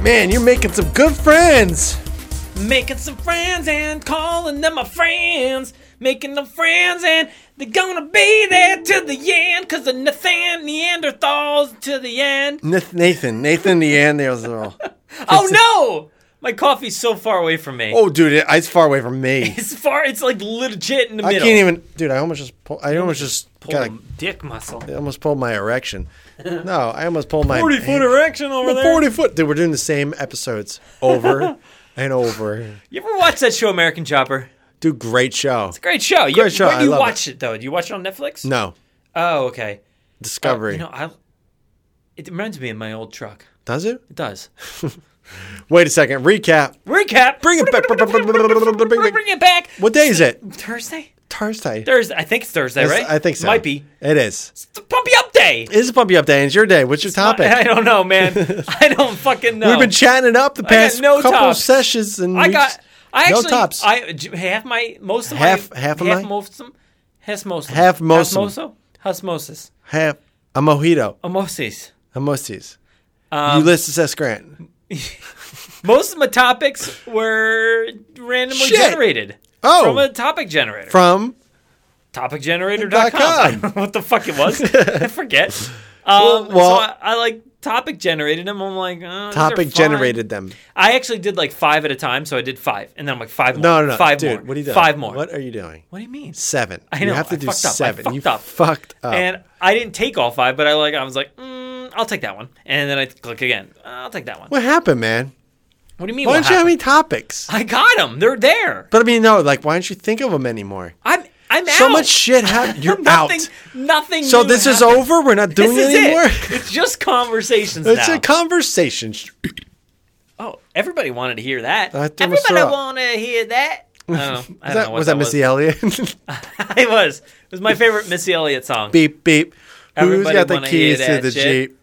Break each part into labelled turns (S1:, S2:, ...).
S1: Man, you're making some good friends.
S2: Making some friends and calling them my friends. Making them friends and they're gonna be there till the end. Cause the Nathan Neanderthals to the end.
S1: Nath- Nathan, Nathan the Neanderthal.
S2: Oh no! My coffee's so far away from me.
S1: Oh, dude, it, it's far away from me.
S2: It's far, it's like legit in the
S1: I
S2: middle.
S1: can't even, dude. I almost just, pull, I almost just,
S2: Pull
S1: got a-
S2: the dick muscle.
S1: I almost pulled my erection. No, I almost pulled my
S2: 40 foot erection over there.
S1: Forty foot, dude. We're doing the same episodes over and over.
S2: You ever watch that show American Chopper?
S1: Dude, great show.
S2: Great show. You,
S1: Great show,
S2: Where do
S1: I
S2: you
S1: love
S2: watch it. though? Do you watch it on Netflix?
S1: No,
S2: Oh, okay. Uh,
S1: Discovery.
S2: you know, I. It reminds me of my old truck.
S1: Does it?
S2: It does.
S1: Wait a second. Recap.
S2: Recap.
S1: Bring it back. Bring it back.
S2: Bring it back.
S1: What day is it?
S2: Thursday?
S1: Thursday.
S2: Thursday. I think it's Thursday, right?
S1: I think so.
S2: Might be.
S1: It is.
S2: It's the Pumpy Up Day.
S1: It is a pumpy up day. It's your day. What's your topic?
S2: I don't know, man. I don't fucking know.
S1: We've been chatting it up the past
S2: no
S1: couple
S2: tops.
S1: sessions, and
S2: I
S1: we
S2: got.
S1: just-
S2: I actually.
S1: no tops.
S2: I j- half my most of
S1: Half-
S2: my
S1: half of mine?
S2: most of half most
S1: Half most of-
S2: moso osmosis
S1: Have a mojito,
S2: osmosis.
S1: a musties.
S2: Um,
S1: Ulysses S. Grant.
S2: Most of my topics were randomly
S1: Shit.
S2: generated.
S1: Oh.
S2: From a topic generator.
S1: From
S2: topicgenerator.com. I don't know what the fuck it was. I forget. Um,
S1: well-
S2: so I, I like topic generated them. I'm like, oh, these are
S1: topic
S2: fine.
S1: generated them.
S2: I actually did like five at a time, so I did five, and then I'm like five more.
S1: No, no, no,
S2: five
S1: dude.
S2: more.
S1: What are you doing?
S2: Five more.
S1: What are you doing?
S2: What do you mean?
S1: Seven.
S2: I
S1: You
S2: know,
S1: have to
S2: I
S1: do
S2: fucked up. I
S1: seven. you
S2: fucked up.
S1: fucked up.
S2: And I didn't take all five, but I like I was like, mm, I'll take that one, and then I click again. I'll take that one.
S1: what
S2: What,
S1: happened, man?
S2: do you mean?
S1: Why
S2: what
S1: don't you have
S2: happened?
S1: any topics?
S2: I got them. They're there.
S1: But I mean, no. Like, why don't you think of them anymore?
S2: I'm I'm out.
S1: So much shit happened. You're out.
S2: nothing, Nothing.
S1: So
S2: new
S1: this is
S2: happened.
S1: over. We're not doing
S2: This is
S1: it anymore.
S2: it. It's just conversations
S1: It's
S2: now.
S1: a conversation.
S2: oh, everybody wanted to hear that.
S1: I threw myself
S2: Everybody
S1: up.
S2: wanted to hear that. I don't know. I
S1: Was that,
S2: don't know what
S1: was that Missy Elliott?
S2: it was. It was my favorite Missy Elliott song.
S1: beep beep.
S2: Everybody
S1: Who's got the
S2: wanna hear
S1: keys to
S2: that
S1: the
S2: shit.
S1: jeep?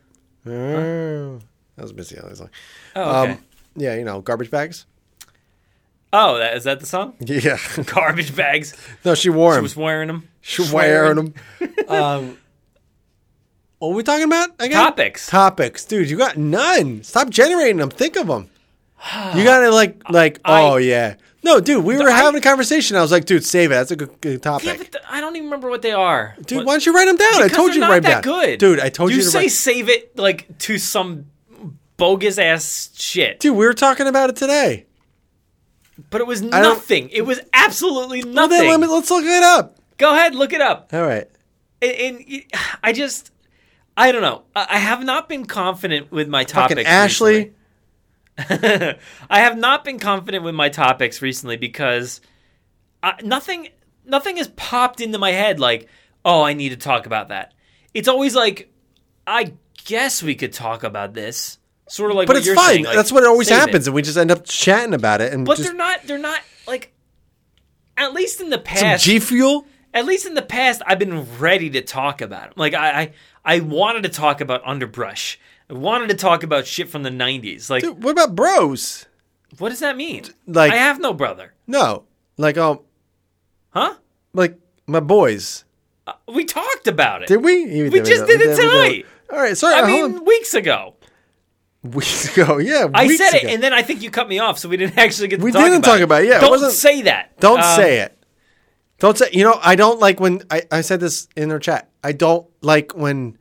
S1: Oh, That was Missy Elliott's song.
S2: Oh, okay.
S1: Um, yeah, you know, garbage bags.
S2: oh, that is that the song?
S1: Yeah.
S2: Garbage bags.
S1: no, she wore
S2: I
S1: them.
S2: was wearing them.
S1: She was wearing them. um, what were we talking about again?
S2: Topics.
S1: Topics, dude. You got none. Stop generating them. Think of them. You gotta like, like.
S2: I-
S1: oh yeah. No, dude. We were
S2: I-
S1: having a conversation. I was like, dude, save it. That's a good, good
S2: Yeah,
S1: topic.
S2: but th- I don't even remember what they are.
S1: Dude,
S2: What-
S1: why don't you write them down? I
S2: Because
S1: told you
S2: they're
S1: to
S2: not
S1: write 'em
S2: that
S1: down.
S2: good.
S1: Dude, I told you, to
S2: say
S1: write.
S2: save it like to some bogus ass shit.
S1: Dude, we were talking about it today.
S2: But it was
S1: don't-
S2: nothing. It was absolutely
S1: Well,
S2: nothing.
S1: then let me, let's look it up.
S2: Go ahead, look it up.
S1: All right.
S2: And, and y- I just, I don't know. I I have not been confident with my
S1: Fucking
S2: topics.
S1: Ashley.
S2: recently. I have not been confident with my topics recently because I, nothing nothing has popped into my head like, oh, I need to talk about that. It's always like, I guess we could talk about this. Sort of like,
S1: But
S2: what
S1: it's
S2: you're
S1: fine.
S2: saying, like,
S1: That's what always
S2: save it.
S1: happens, and we just end up chatting about it. And
S2: But
S1: just
S2: they're not. They're not like. At least in the
S1: some
S2: past,
S1: G fuel.
S2: at least in the past, I've been ready to talk about 'em. Like I, I, I wanted to talk about underbrush. I wanted to talk about shit from the '90s. Like,
S1: Dude, what about bros?
S2: what does that mean?
S1: like-
S2: I have no brother,
S1: No, like um,
S2: huh? Uh,
S1: like my boys.
S2: We talked about it.
S1: Did we? You did
S2: just did it tonight.
S1: All right, sorry.
S2: I
S1: hold
S2: mean, weeks ago.
S1: on. weeks ago. Yeah, weeks
S2: I said
S1: ago.
S2: it, and then I think you cut me off, so we didn't actually get. To
S1: We
S2: talk
S1: didn't
S2: about
S1: talk
S2: it.
S1: about it, yeah, it
S2: don't
S1: wasn't-
S2: say that. Um,
S1: Don't say it. Don't say. You know, I don't like when I, I said this in our chat. I don't like when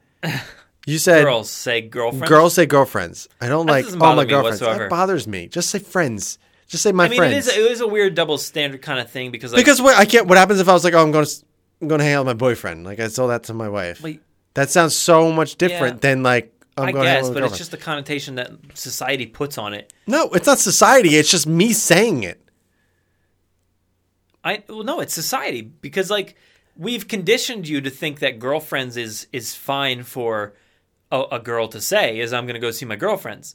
S1: you said
S2: Girls say girlfriend.
S1: girls say girlfriends. I don't like oh
S2: doesn't bother
S1: my
S2: me
S1: girlfriends.
S2: whatsoever.
S1: That bothers me. Just say friends. Just say my
S2: I mean,
S1: friends.
S2: it is it is a weird double standard kind of thing because like,
S1: Because what I can't. What happens if I was like, oh, I'm going to, I'm going to hang out with my boyfriend. Like I told that to my wife.
S2: Like-
S1: that sounds so much different
S2: Yeah.
S1: than like I'm
S2: I
S1: going to hang out
S2: guess,
S1: with my
S2: but it's
S1: girlfriend.
S2: just the connotation that society puts on it.
S1: No, it's not society. It's just me saying it.
S2: I well, no, it's society because like we've conditioned you to think that girlfriends is is fine for a, a girl to say is I'm going to go see my girlfriends,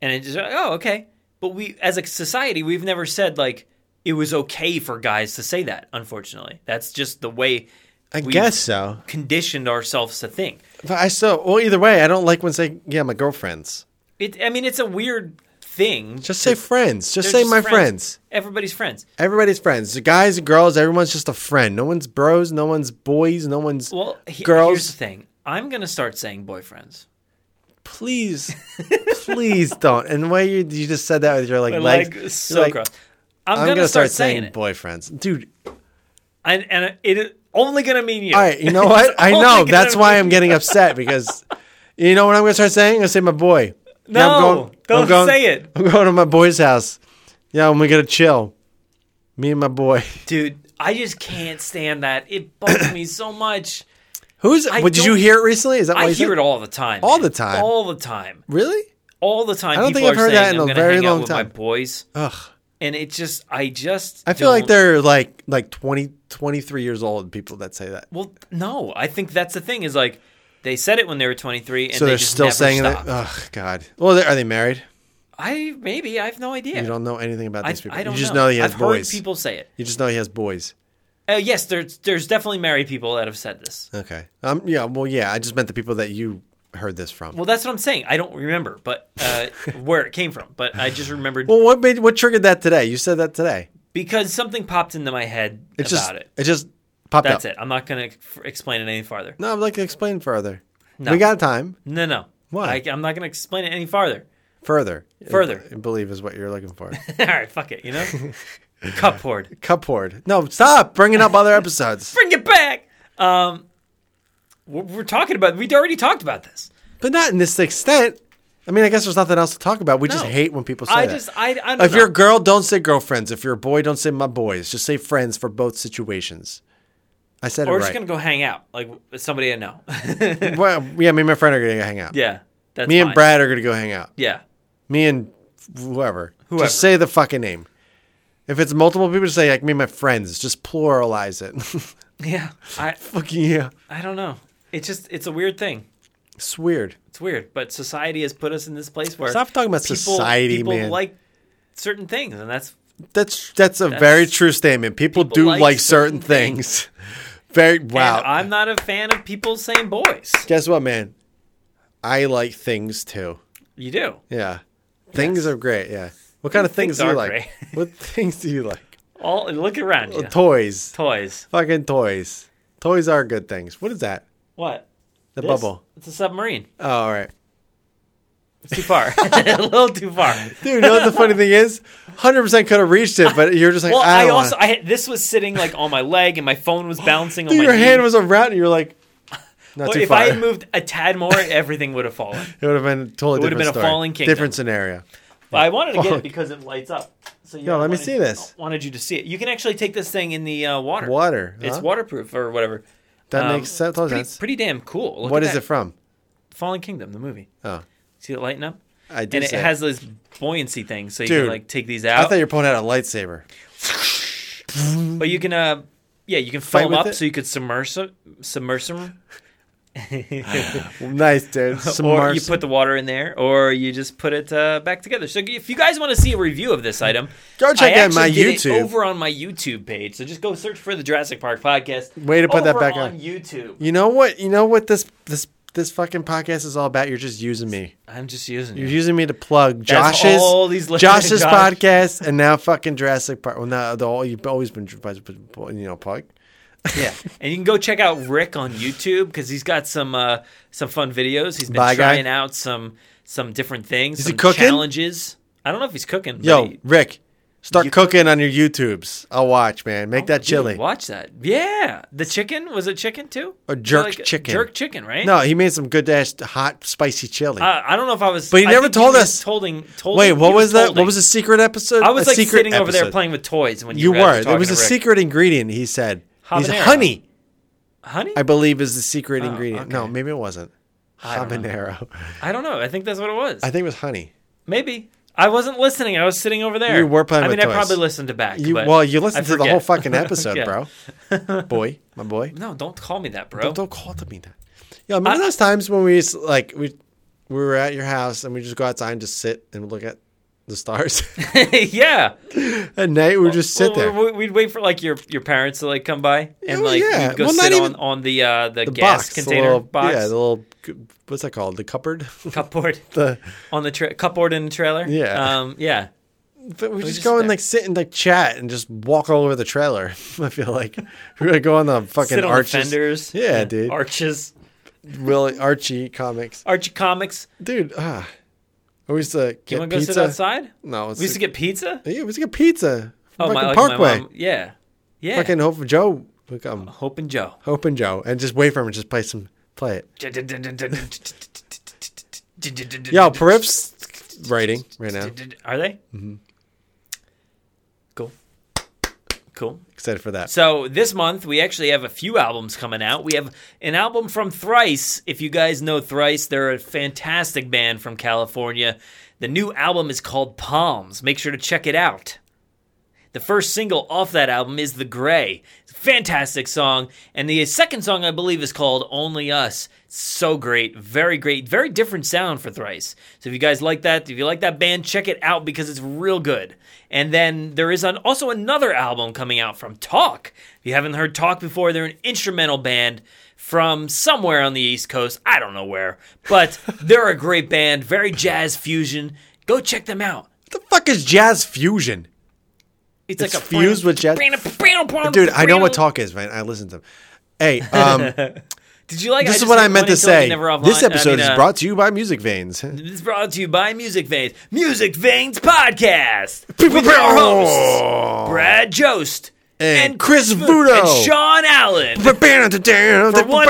S2: and it's just like, oh okay. But we as a society we've never said like it was okay for guys to say that. Unfortunately, that's just the way
S1: I
S2: we've
S1: guess so.
S2: conditioned ourselves to think.
S1: But I still. Well, either way, I don't like when saying yeah, my girlfriends.
S2: It I mean it's a weird thing.
S1: Just say friends. Just
S2: They're
S1: say
S2: just
S1: my friends.
S2: Everybody's friends.
S1: Everybody's friends. The guys and girls. Everyone's just a friend. No one's bros. No one's boys. No one's
S2: Well, he- here's
S1: girls.
S2: the thing. I'm going to start saying boyfriends.
S1: please, please don't. And the way you, you just said that with your like
S2: But,
S1: legs,
S2: like
S1: you're
S2: so
S1: like,
S2: gross. I'm, gonna, start, saying, it,
S1: boyfriends, dude.
S2: and and it is only gonna mean you.
S1: All right, you know
S2: It's
S1: what? I
S2: only
S1: know
S2: gonna
S1: that's why
S2: mean
S1: I'm
S2: you.
S1: getting upset because you know what I'm gonna start saying. I'm gonna say my boy.
S2: No,
S1: I'm
S2: don't say it.
S1: I'm going to my boy's house. Yeah, and we gonna chill. Me and my boy.
S2: dude. I just can't stand that. It bugs me so much.
S1: Who's?
S2: I
S1: What, did you
S2: don't-
S1: hear it recently? Is that why
S2: I
S1: you
S2: hear
S1: said?
S2: it all the time.
S1: All
S2: man.
S1: the time.
S2: All the time.
S1: Really?
S2: All the time.
S1: I don't
S2: people
S1: think I've
S2: are
S1: heard that
S2: saying,
S1: in
S2: I'm
S1: a
S2: gonna
S1: very
S2: hang out
S1: long
S2: with My
S1: time.
S2: boys,
S1: Ugh.
S2: and it just, I just.
S1: I feel like
S2: don't-
S1: they're like like 20, 23 years old people that say that.
S2: Well, no. I think that's the thing. Is like they said it when they were 23, and
S1: So
S2: they
S1: they're
S2: just
S1: still
S2: never
S1: saying
S2: stopped.
S1: that. uh, Ugh, God. Well, they- are they married?
S2: I maybe I have no idea.
S1: You don't know anything about these people.
S2: I, I don't
S1: you just know, he has
S2: I've
S1: boys.
S2: heard people say it.
S1: You just know he has boys.
S2: Uh, yes, there's there's definitely married people that have said this.
S1: Okay. Um. Yeah. Well. Yeah. I just meant the people that you heard this from.
S2: Well, that's what I'm saying. I don't remember, but uh, where it came from. But I just remembered
S1: Well, what made what triggered that today? You said that today.
S2: because something popped into my head
S1: It's
S2: about
S1: just
S2: it.
S1: it just popped
S2: That's
S1: up.
S2: it. I'm not gonna f- explain it any farther.
S1: No, I'd like to explain further.
S2: No.
S1: We got time.
S2: No, no.
S1: Why?
S2: I, I'm not gonna explain it any farther.
S1: Further.
S2: Further.
S1: I believe is what you're looking for.
S2: All right, fuck it. You know, cup hoard.
S1: Cup hoard. No, stop bringing up other episodes.
S2: Bring it back. Um, we're, we're talking about. We already talked about this.
S1: but not in this extent. I mean, I guess there's nothing else to talk about. We just
S2: No.
S1: hate when people say
S2: I
S1: that.
S2: just. I. I don't
S1: if
S2: know.
S1: you're a girl, don't say girlfriends. If you're a boy, don't say my boys. Just say friends for both situations. I said
S2: Or we're
S1: it
S2: just
S1: right.
S2: gonna go hang out, like with somebody I know.
S1: Well, yeah, me and my friend are gonna go hang out.
S2: yeah, that's
S1: me and
S2: fine.
S1: Brad are gonna go hang out.
S2: Yeah,
S1: me and whoever.
S2: Whoever.
S1: Just say the fucking name. If it's multiple people, just say like me and my friends. Just pluralize it.
S2: yeah. I
S1: fucking yeah.
S2: I don't know. It's just it's a weird thing.
S1: It's weird.
S2: It's weird, but society has put us in this place where
S1: Stop talking about
S2: people,
S1: society,
S2: people
S1: man.
S2: like certain things, and that's
S1: that's that's a very
S2: That's-
S1: true statement. People,
S2: people
S1: do
S2: like
S1: like, certain
S2: certain
S1: things. very wow.
S2: And I'm not a fan of people saying boys.
S1: Guess what, man? I like things too.
S2: You do.
S1: Yeah. Things are great, yeah. What kind of things,
S2: Things
S1: do you
S2: are
S1: like?
S2: great.
S1: what things do you like?
S2: All look around you.
S1: Toys.
S2: Toys.
S1: Fucking toys. Toys are good things. What is that?
S2: What?
S1: The
S2: This?
S1: bubble.
S2: It's a submarine.
S1: Oh, all right.
S2: It's too far. a little too far.
S1: Dude, you know what the funny thing is? 100% could have reached it, but you're just like,
S2: Well,
S1: I,
S2: I,
S1: don't
S2: also
S1: wanna.
S2: I had, this was sitting like on my leg, and my phone was bouncing on
S1: Dude,
S2: my.
S1: your
S2: knee.
S1: hand was around and you were like, not
S2: Well,
S1: too
S2: if
S1: far.
S2: I had moved a tad more, everything would have fallen.
S1: it would have been a totally different
S2: would've been a
S1: story.
S2: falling kingdom.
S1: Different scenario.
S2: But I wanted to get
S1: Fuck.
S2: it because it lights up. So yeah,
S1: Yo,
S2: I
S1: let me
S2: wanted-
S1: see this.
S2: Wanted you to see it. You can actually take this thing in the uh, water.
S1: Water.
S2: It's
S1: huh?
S2: waterproof or whatever.
S1: That
S2: Um,
S1: makes sense. total
S2: Pretty,
S1: sense.
S2: pretty damn cool. Look
S1: what
S2: at
S1: is
S2: that.
S1: it from?
S2: Fallen Kingdom, the movie.
S1: Oh,
S2: See it lighting up?
S1: I did.
S2: And it
S1: say
S2: has this buoyancy thing, so you
S1: Dude,
S2: can like take these
S1: I
S2: out.
S1: thought your opponent had a lightsaber.
S2: But you can, uh, yeah, you can
S1: Fight
S2: fill them
S1: with
S2: up
S1: it?
S2: so you could submerge them, submerge them,
S1: nice, dude.
S2: or you
S1: Smart.
S2: put the water in there, or you just put it uh, back together. So if you guys want to see a review of this item,
S1: Go check
S2: I
S1: out my
S2: actually did it
S1: YouTube.
S2: over on my YouTube page. So just go search for the Jurassic Park podcast.
S1: Way to put that
S2: over
S1: back
S2: on
S1: on.
S2: YouTube.
S1: you know what? You know what this this this fucking podcast is all about? You're just using me.
S2: I'm just using
S1: You're
S2: it.
S1: using me to plug
S2: That's
S1: Josh's
S2: all these listening,
S1: Josh's
S2: Josh.
S1: podcast and now fucking Jurassic Park. Well, now the all you've always been you know plug.
S2: yeah, and you can go check out Rick on YouTube because he's got some uh, some fun videos. He's been
S1: Bye, guy.
S2: trying out some some different things.
S1: Is he
S2: some
S1: cooking?
S2: Challenges. I don't know if he's cooking. but
S1: Yo,
S2: he-
S1: Rick, start
S2: You
S1: cooking on your YouTubes. I'll watch, man. Make that
S2: Dude,
S1: chili.
S2: watch that. Yeah, the chicken was it chicken too?
S1: A jerk
S2: Like,
S1: chicken.
S2: Jerk chicken, right?
S1: No, he made some good ass hot spicy chili.
S2: Uh, I don't know if I was.
S1: But he
S2: I
S1: never
S2: think
S1: told
S2: was
S1: us.
S2: Holding, told
S1: Wait, what
S2: he
S1: was that?
S2: holding.
S1: What was the secret episode?
S2: I was
S1: A
S2: like
S1: secret
S2: sitting over there
S1: episode.
S2: playing with toys when you,
S1: You
S2: guys
S1: were. There
S2: talking
S1: was a
S2: to Rick.
S1: secret ingredient. He said. He's
S2: Habanero.
S1: honey.
S2: honey.
S1: I believe is the secret
S2: Oh,
S1: ingredient. No,
S2: okay.
S1: maybe it wasn't.
S2: I don't know.
S1: Habanero.
S2: I don't know. I think that's what it was.
S1: I think it was honey.
S2: Maybe I wasn't listening. I was sitting over there.
S1: You were playing
S2: I mean,
S1: with
S2: I
S1: toys.
S2: probably listened to back.
S1: You,
S2: but
S1: well, you
S2: I
S1: listened to the
S2: forget.
S1: whole fucking episode,
S2: Yeah.
S1: bro. Boy, my boy.
S2: No, don't call me that, bro.
S1: Don't, don't call to me that. Yeah, remember those times when we used, to, like we we were at your house and we just go outside and just sit and look at the stars.
S2: yeah.
S1: at night we would just sit
S2: Well,
S1: there.
S2: we- We'd wait for like your your parents to like come by and
S1: Yeah, well,
S2: like
S1: yeah.
S2: you'd go
S1: Well, not
S2: sit
S1: even-
S2: on on the uh, the,
S1: the
S2: gas
S1: box, the
S2: container
S1: little,
S2: box
S1: Yeah, the little what's that called? The cupboard.
S2: cupboard
S1: the
S2: on the tra- cupboard in the trailer.
S1: Yeah.
S2: Um. Yeah.
S1: But we just
S2: just
S1: go and
S2: there.
S1: like sit and like chat and just walk all over the trailer. I feel like we're gonna go on the fucking
S2: Sit on the
S1: arches.
S2: fenders.
S1: Yeah, dude.
S2: Arches.
S1: Will Archie comics,
S2: Archie Comics.
S1: dude. Ah, I used to
S2: You
S1: get
S2: want to go
S1: pizza.
S2: sit outside?
S1: No, it's
S2: We used to get pizza.
S1: yeah, we used to get pizza.
S2: Oh
S1: fucking
S2: my, like my
S1: Parkway.
S2: mom. Yeah, yeah.
S1: Fucking hope for Joe would come.
S2: Hope and Joe.
S1: Hope and Joe, and just wait for him and just play some play it. Yo, Perip's writing right now.
S2: Are they? Mm-hmm. Cool. Cool.
S1: Excited for that.
S2: So this month we actually have a few albums coming out. We have an album from Thrice. If you guys know Thrice, they're a fantastic band from California. The new album is called Palms. Make sure to check it out. The first single off that album is The Gray. It's a fantastic song. And the second song, I believe, is called Only Us. So great. Very great. Very different sound for Thrice. So if you guys like that, if you like that band, check it out because it's real good. And then there is an, also another album coming out from Talk. If you haven't heard Talk before, they're an instrumental band from somewhere on the East Coast. I don't know where. But they're a great band. Very jazz fusion. Go check them out.
S1: What the fuck is jazz fusion?
S2: It's,
S1: It's
S2: like a
S1: fused with jazz- Dude, I know what talk is, man. I listen to them. Hey, um,
S2: Did you like?
S1: this
S2: just,
S1: is what
S2: like,
S1: I meant
S2: went
S1: to
S2: into, like,
S1: say.
S2: Never Offline-
S1: This
S2: I mean,
S1: episode
S2: uh,
S1: is brought to you by Music Veins.
S2: It's brought to you by Music Veins. Music Veins Podcast with our hosts Brad Jost
S1: And Chris Vudo.
S2: and Sean Allen. For one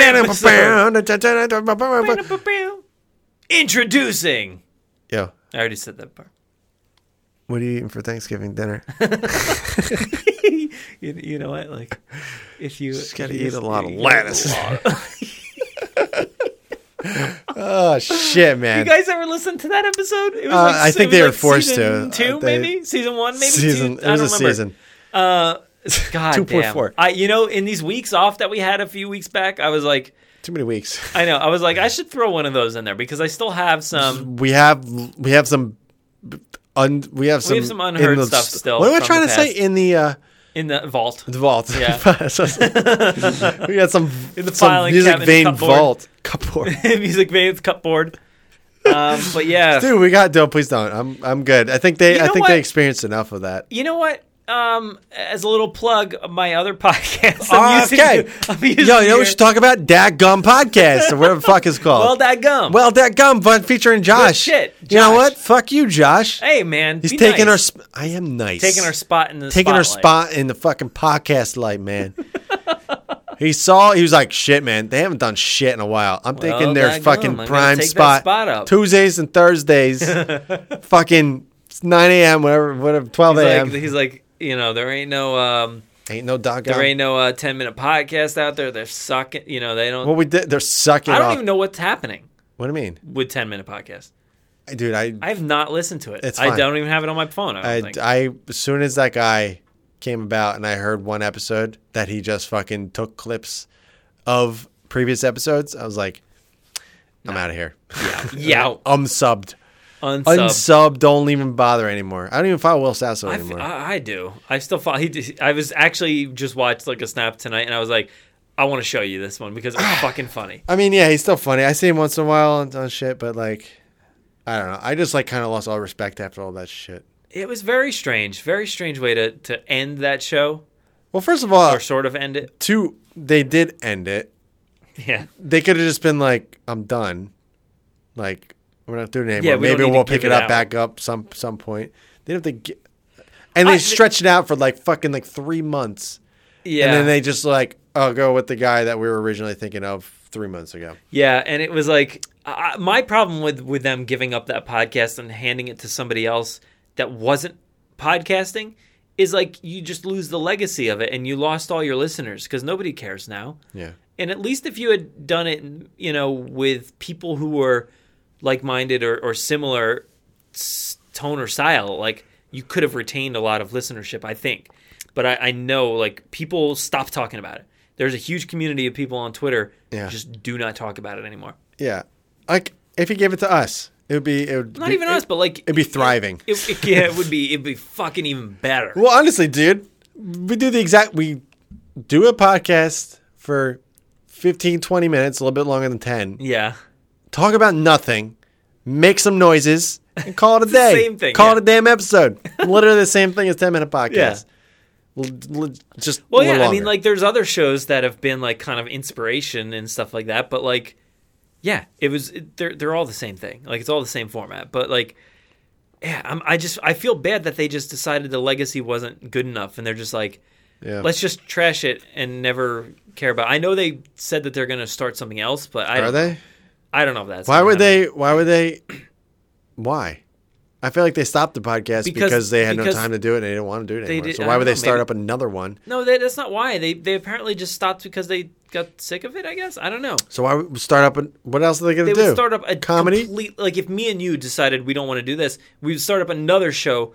S2: Introducing.
S1: Yo,
S2: I already said that part.
S1: what are you eating for Thanksgiving dinner?
S2: you, you know what? Like, if you
S1: Just gotta
S2: if you
S1: eat a lot of
S2: you-
S1: lettuce. oh shit, man!
S2: You guys ever listen to that episode? It was
S1: Uh, I
S2: it
S1: think
S2: was
S1: they were forced to.
S2: season Two,
S1: Uh, they-
S2: maybe season one, maybe
S1: season.
S2: Two?
S1: It was
S2: I
S1: a
S2: don't remember.
S1: season.
S2: Uh, God
S1: 2.4.
S2: damn. I, you know, in these weeks off that we had a few weeks back, I was like,
S1: Too many weeks.
S2: I know, I was like, I should throw one of those in there because I still have some.
S1: we have we have some un, we have some
S2: have some
S1: in
S2: unheard
S1: the
S2: stuff
S1: st-
S2: still
S1: What am I
S2: from
S1: trying
S2: the
S1: to say
S2: past.
S1: in the uh,
S2: in the vault.
S1: the vault? Yeah. we got some in
S2: the
S1: some
S2: filing
S1: music
S2: cabinet
S1: vein
S2: cupboard.
S1: vault cupboard.
S2: Music veins cupboard. Um, but yeah,
S1: Dude, we got no. Please don't. I'm I'm good. I think they
S2: You
S1: I
S2: know
S1: think they
S2: what?
S1: experienced enough of that.
S2: you know what? Um, as a little plug, my other podcast. I'm
S1: Ah,
S2: using,
S1: okay.
S2: I'm using
S1: Yo, you know
S2: your-
S1: what we should talk about? Dad Gum Podcast or whatever the fuck it's called.
S2: Well, that gum.
S1: Well, that gum fun featuring Josh.
S2: shit,
S1: You know
S2: Josh.
S1: what? Fuck you, Josh.
S2: hey man,
S1: He's
S2: be
S1: taking our.
S2: nice.
S1: Sp- I am nice.
S2: taking our spot in the
S1: taking our
S2: spotlight.
S1: spot in the fucking podcast light, man. he saw. He was like, "Shit, man, they haven't done shit in a while." I'm thinking their
S2: dadgum, I'm
S1: fucking
S2: gonna
S1: prime
S2: take that
S1: spot,
S2: spot up.
S1: Tuesdays and Thursdays, fucking 9 a.m. whatever, whatever, 12
S2: He's
S1: a.m.
S2: like, he's like, you know, there ain't no. Um,
S1: Ain't no dog.
S2: There ain't no uh, ten minute podcast out there. They're sucking. You know, they don't.
S1: What we did? They're sucking
S2: I don't
S1: off.
S2: even know what's happening
S1: What do you mean,
S2: with ten minute podcasts.
S1: I- dude? I
S2: I have not listened to it.
S1: It's
S2: I
S1: fine.
S2: don't even have it on my phone. I don't
S1: I,
S2: think.
S1: I as soon as that guy came about and I heard one episode that he just fucking took clips of previous episodes, I was like, I'm out of here.
S2: yeah,
S1: I'm subbed.
S2: unsub.
S1: Unsubbed, don't even bother anymore. I don't even follow Will Sasso
S2: I, f-
S1: anymore.
S2: I- I do. I still follow. He, d- I was actually just watched like a snap tonight, and I was like, I want to show you this one because it's fucking funny.
S1: I mean, yeah, he's still funny. I see him once in a while on, on shit, but like, I don't know. I just like kind of lost all respect after all that shit.
S2: It was very strange. Very strange way to to end that show
S1: Well, first of all,
S2: or sort of end it.
S1: two, they did end it.
S2: Yeah.
S1: they could have just been like, "I'm done," like we're not doing it anymore.
S2: Yeah, we don't
S1: Maybe
S2: need to
S1: we'll pick
S2: give
S1: it
S2: it
S1: up
S2: out.
S1: back up some some point. They don't have to get, and they
S2: I-
S1: stretched it out for like fucking like three months,
S2: Yeah.
S1: and then they just like, "Oh, go with the guy that we were originally thinking of three months ago."
S2: Yeah, and it was like I, I- my problem with with them giving up that podcast and handing it to somebody else that wasn't podcasting is like you just lose the legacy of it and you lost all your listeners because nobody cares now.
S1: Yeah,
S2: And at least if you had done it, you know, with people who were like minded or, or similar s- tone or style, like you could have retained a lot of listenership, I think. But I, I know like people stop talking about it. There's a huge community of people on Twitter
S1: Yeah.
S2: just do not talk about it anymore.
S1: yeah. Like if you gave it to us, it would be it would
S2: Not
S1: be-
S2: even
S1: it-
S2: us, but like
S1: It'd be thriving.
S2: it, it- yeah, it would be it'd be fucking even better.
S1: Well, honestly, dude, we do the exact we do a podcast for 15 20 minutes, a little bit longer than 10.
S2: Yeah.
S1: talk about nothing, make some noises, and call it a day.
S2: same thing,
S1: Call it
S2: yeah.
S1: a damn episode. Literally the same thing as ten minute podcast. L- l- just
S2: Well,
S1: a
S2: yeah,
S1: little
S2: I mean,
S1: longer.
S2: like, there's other shows that have been like kind of inspiration and stuff like that, but like, Yeah, it was. It, they're they're all the same thing. Like it's all the same format. But like, yeah, I'm, I just I feel bad that they just decided the legacy wasn't good enough, and they're just like,
S1: Yeah.
S2: let's just trash it and never care about. I know they said that they're gonna start something else, but I
S1: Are
S2: don't-
S1: they?
S2: I don't know if that's
S1: Why
S2: gonna
S1: would
S2: happen.
S1: they? Why would they? Why? I feel like they stopped the podcast because,
S2: Because-
S1: they had
S2: because
S1: no time to do it and they didn't want to do it anymore.
S2: did-
S1: so
S2: I
S1: why
S2: don't
S1: would they
S2: know,
S1: start
S2: maybe-
S1: up another one?
S2: No, that, that's not why. They they apparently just stopped because they got sick of it. I guess I don't know.
S1: So why would start up? An, what else are they going
S2: They
S1: to do?
S2: would start up a
S1: comedy.
S2: Complete, like if me and you decided we don't want to do this, we would start up another show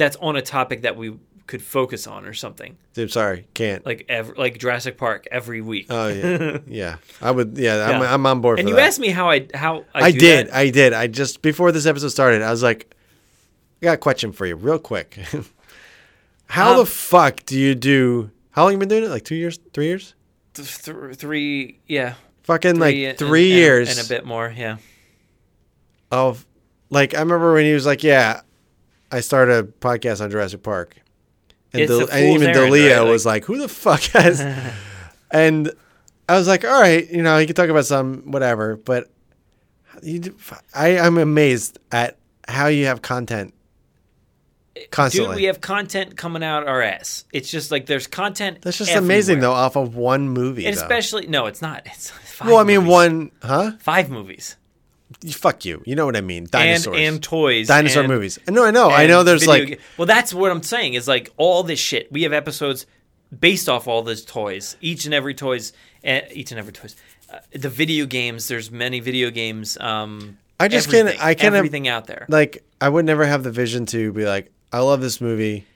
S2: that's on a topic that we could focus on or something
S1: Dude, sorry, can't.
S2: like ev- like Jurassic Park every week.
S1: oh yeah, yeah. I would. Yeah, I'm,
S2: Yeah.
S1: I'm on board.
S2: and
S1: for
S2: you
S1: that.
S2: asked me how I how I,
S1: I
S2: do
S1: did.
S2: that.
S1: I did. I just before this episode started, I was like, I got a question for you, real quick. how
S2: Um,
S1: the fuck do you do? How long you been doing it? Like two years, three years?
S2: Th- th- three yeah
S1: Fucking like
S2: three and-
S1: three
S2: and-
S1: years
S2: and a bit more yeah
S1: of, like I remember when he was like, yeah, I started a podcast on Jurassic Park, and,
S2: It's
S1: Del-
S2: a
S1: and even
S2: fool's errand,
S1: Dalia
S2: right?
S1: was like, who the fuck has? and I was like, all right, you know, you can talk about some whatever, but you, d- I, I'm amazed at how you have content. Constantly.
S2: dude we have content coming out our ass it's just like there's content
S1: That's just amazing,
S2: everywhere.
S1: though, off of one movie.
S2: and
S1: though.
S2: especially no it's not it's five
S1: well, I mean,
S2: movies.
S1: one, huh?
S2: five movies
S1: You- Fuck you. You know what I mean?
S2: and
S1: Dinosaurs,
S2: and toys
S1: dinosaur
S2: and-
S1: movies. No, I know, I
S2: and
S1: know. There's
S2: video
S1: like,
S2: ga- well that's what I'm saying is like all this shit we have episodes based off all those toys each and every toys uh, each and every toys uh, the video games there's many video games um
S1: I just can't-
S2: everything,
S1: I can't have-
S2: everything out there
S1: like I would never have the vision to be like, I love this movie,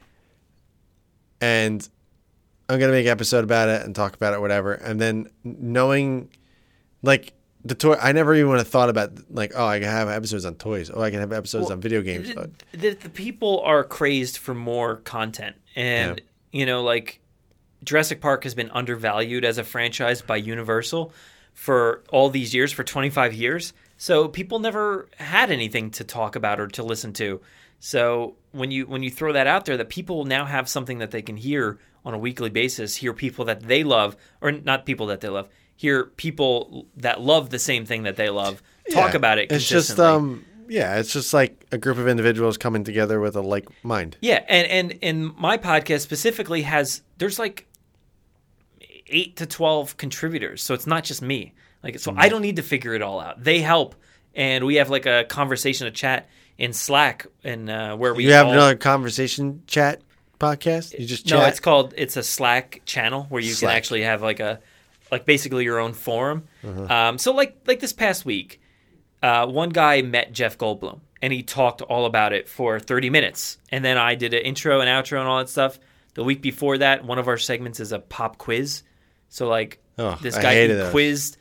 S1: and I'm gonna make an episode about it and talk about it, whatever. And then knowing, like the toy, I never even would have thought about like, oh, I can have episodes on toys. Oh, I can have episodes on video games.
S2: Th- The, the people are crazed for more content, and you know, like Jurassic Park has been undervalued as a franchise by Universal for all these years, for 25 years. So people never had anything to talk about or to listen to. So when you when you throw that out there, that people now have something that they can hear on a weekly basis, hear people that they love, or not people that they love, hear people that love the same thing that they love talk
S1: Yeah.
S2: about it.
S1: It's just
S2: consistently.
S1: um yeah, it's just like a group of individuals coming together with a like mind.
S2: Yeah, and and and my podcast specifically has there's like eight to twelve contributors, so it's not just me. Like, so
S1: Mm.
S2: I don't need to figure it all out. They help, and we have like a conversation, a chat in Slack, and uh, where we
S1: You have
S2: all-
S1: another conversation chat podcast? You just chat.
S2: no, it's called it's a Slack channel where you
S1: Slack.
S2: can actually have like a like basically your own forum.
S1: Mm-hmm.
S2: Um, so like like this past week, uh, one guy met Jeff Goldblum and he talked all about it for 30 minutes, and then I did an intro and outro and all that stuff. The week before that, one of our segments is a pop quiz. So like
S1: Oh,
S2: this
S1: I
S2: guy
S1: hated
S2: who
S1: those.
S2: quizzed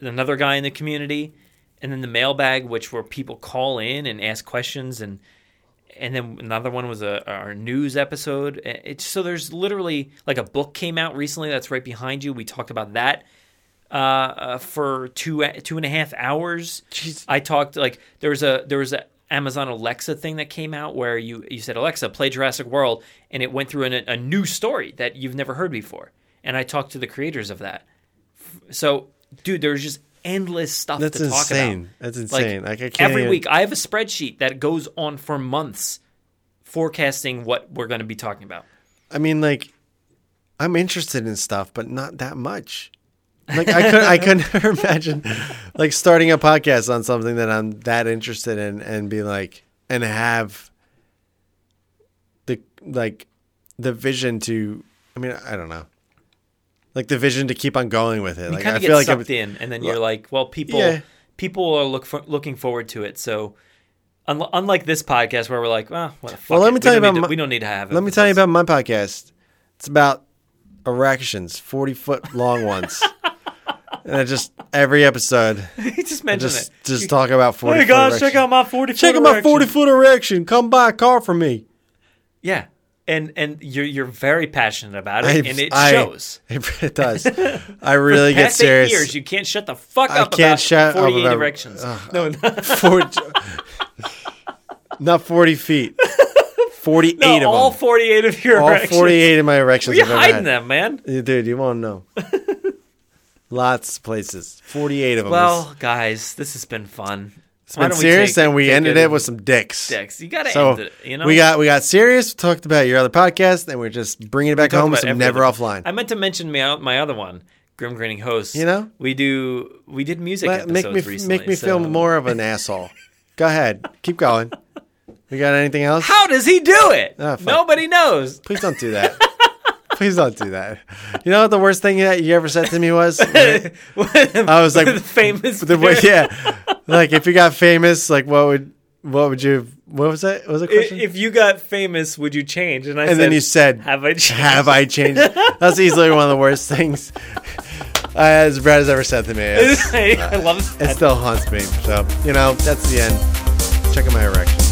S2: another guy in the community, and then the mailbag, which where people call in and ask questions and and then another one was a our news episode. It's so there's literally like a book came out recently that's right behind you. We talked about that uh, uh, for two two and a half hours.
S1: Jeez.
S2: I talked like there was a there was a Amazon Alexa thing that came out where you you said Alexa play Jurassic World and it went through an, a new story that you've never heard before. And I talked to the creators of that. So, dude, there's just endless stuff
S1: That's
S2: to talk
S1: insane.
S2: about.
S1: That's insane. Like, I can't
S2: every
S1: even-
S2: week I have a spreadsheet that goes on for months forecasting what we're going to be talking about.
S1: I mean like I'm interested in stuff, but not that much. Like I could I could never imagine like starting a podcast on something that I'm that interested in and be like and have the like the vision to I mean, I don't know. Like the vision to keep on going with it.
S2: You
S1: like
S2: kind
S1: I
S2: of get
S1: feel like I
S2: sucked
S1: would-
S2: in and then you're like, well, people
S1: Yeah.
S2: people are look for, looking forward to it. So un- unlike this podcast where we're like, well, what the fuck
S1: Well, let
S2: it.
S1: me
S2: We
S1: tell you
S2: don't need
S1: about
S2: to-
S1: my-
S2: we don't need to have it.
S1: Let me
S2: with
S1: tell you
S2: us.
S1: about my podcast. It's about erections, 40 foot long ones. and I just, every episode,
S2: he just
S1: I
S2: mentioned
S1: just,
S2: it.
S1: just talk about 40
S2: Hey
S1: foot
S2: guys,
S1: erection.
S2: check out my 40
S1: Check out my 40 foot erection. Come buy a car from me.
S2: Yeah. And and you're you're very passionate about it
S1: I-
S2: and it
S1: I-
S2: shows.
S1: It does. I really get
S2: Past
S1: serious.
S2: eight years, you can't shut the fuck
S1: I
S2: up
S1: can't
S2: about
S1: shut up
S2: 48
S1: about-
S2: erections.
S1: Ugh.
S2: no, no,
S1: Four- not 40 feet. 48
S2: no,
S1: of them.
S2: all 48 of your
S1: all
S2: erections.
S1: 48 of my erections.
S2: You're
S1: I've ever
S2: hiding
S1: had.
S2: them, man.
S1: Yeah, Dude, you won't know. Lots of places. 48 of them.
S2: Well, guys, this has been fun.
S1: it's been serious, and we ended it with some dicks.
S2: dicks. You gotta
S1: So
S2: end it. You know,
S1: we got we got serious. Talked about your other podcast, and we're just bringing it back
S2: Talk
S1: home with
S2: about
S1: some never
S2: everything.
S1: offline.
S2: I meant to mention my, my other one, Grim Grinning Hosts.
S1: You know?
S2: we do we did music
S1: Let- make
S2: episodes
S1: me
S2: recently.
S1: make me
S2: so-
S1: feel more of an asshole. Go ahead, keep going. We got anything else?
S2: How does he do it?
S1: Ah, fuck.
S2: Nobody knows.
S1: Please don't do that. Please don't do that. You know what the worst thing that you ever said to me was? I was like,
S2: the famous.
S1: the way, yeah, like if you got famous, like what would what would you? What was that? What was the question?
S2: If you got famous, would you change? And I
S1: and
S2: said,
S1: then you said,
S2: "Have I changed?"
S1: Have I changed? That's easily one of the worst things uh, as Brad has ever said to me. It's-
S2: I love that.
S1: it still haunts me. So, you know, that's the end. Checking my erection.